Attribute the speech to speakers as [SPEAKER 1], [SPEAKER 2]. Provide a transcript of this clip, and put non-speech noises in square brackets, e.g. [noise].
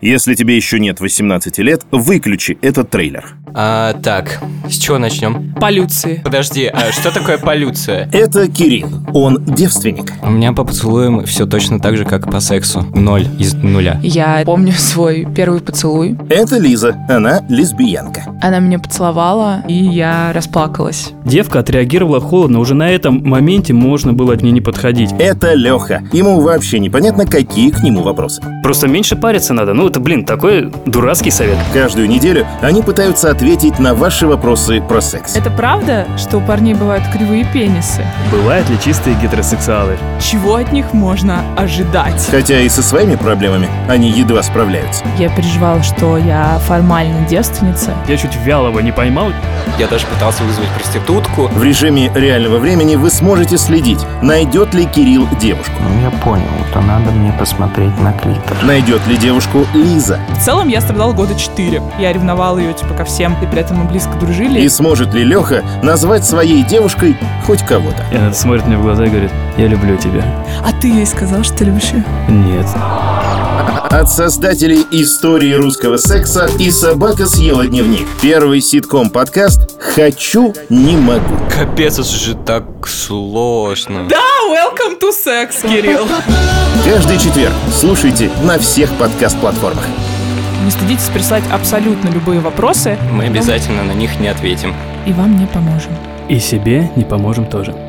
[SPEAKER 1] Если тебе еще нет 18 лет, выключи этот трейлер.
[SPEAKER 2] А, так, с чего начнем?
[SPEAKER 3] Полюции.
[SPEAKER 2] Подожди, а что такое полюция?
[SPEAKER 1] Это Кирилл. Он девственник.
[SPEAKER 2] У меня по поцелуям все точно так же, как по сексу. Ноль из нуля.
[SPEAKER 3] Я помню [laughs] свой первый поцелуй.
[SPEAKER 1] Это Лиза. Она лесбиянка.
[SPEAKER 3] Она меня поцеловала, и я расплакалась.
[SPEAKER 4] Девка отреагировала холодно. Уже на этом моменте можно было от нее не подходить.
[SPEAKER 1] Это Леха. Ему вообще непонятно, какие к нему вопросы.
[SPEAKER 4] Просто меньше париться надо. Ну, это, блин, такой дурацкий совет.
[SPEAKER 1] Каждую неделю они пытаются ответить на ваши вопросы про секс.
[SPEAKER 3] Это правда, что у парней бывают кривые пенисы?
[SPEAKER 4] Бывают ли чистые гетеросексуалы?
[SPEAKER 3] Чего от них можно ожидать?
[SPEAKER 1] Хотя и со своими проблемами они едва справляются.
[SPEAKER 3] Я переживала, что я формально девственница.
[SPEAKER 4] Я чуть вялого не поймал.
[SPEAKER 2] Я даже пытался вызвать проститутку.
[SPEAKER 1] В режиме реального времени вы сможете следить, найдет ли Кирилл девушку.
[SPEAKER 5] Ну, я понял, то надо мне посмотреть на клитор.
[SPEAKER 1] Найдет ли девушку Лиза?
[SPEAKER 3] В целом я страдала года четыре. Я ревновала ее типа ко всем, и при этом мы близко дружили.
[SPEAKER 1] И сможет ли Леха назвать своей девушкой хоть кого-то?
[SPEAKER 4] И она смотрит мне в глаза и говорит, я люблю тебя.
[SPEAKER 3] А ты ей сказал, что ты любишь ее?
[SPEAKER 4] Нет.
[SPEAKER 1] От создателей истории русского секса и собака съела дневник. Первый ситком-подкаст «Хочу, не могу».
[SPEAKER 2] Капец, это же так сложно.
[SPEAKER 3] Да, А, welcome to sex, Кирилл.
[SPEAKER 1] Каждый четверг слушайте на всех подкаст-платформах.
[SPEAKER 3] Не стыдитесь прислать абсолютно любые вопросы,
[SPEAKER 2] Мы обязательно на них не ответим.
[SPEAKER 3] и вам не поможем.
[SPEAKER 4] И себе не поможем тоже.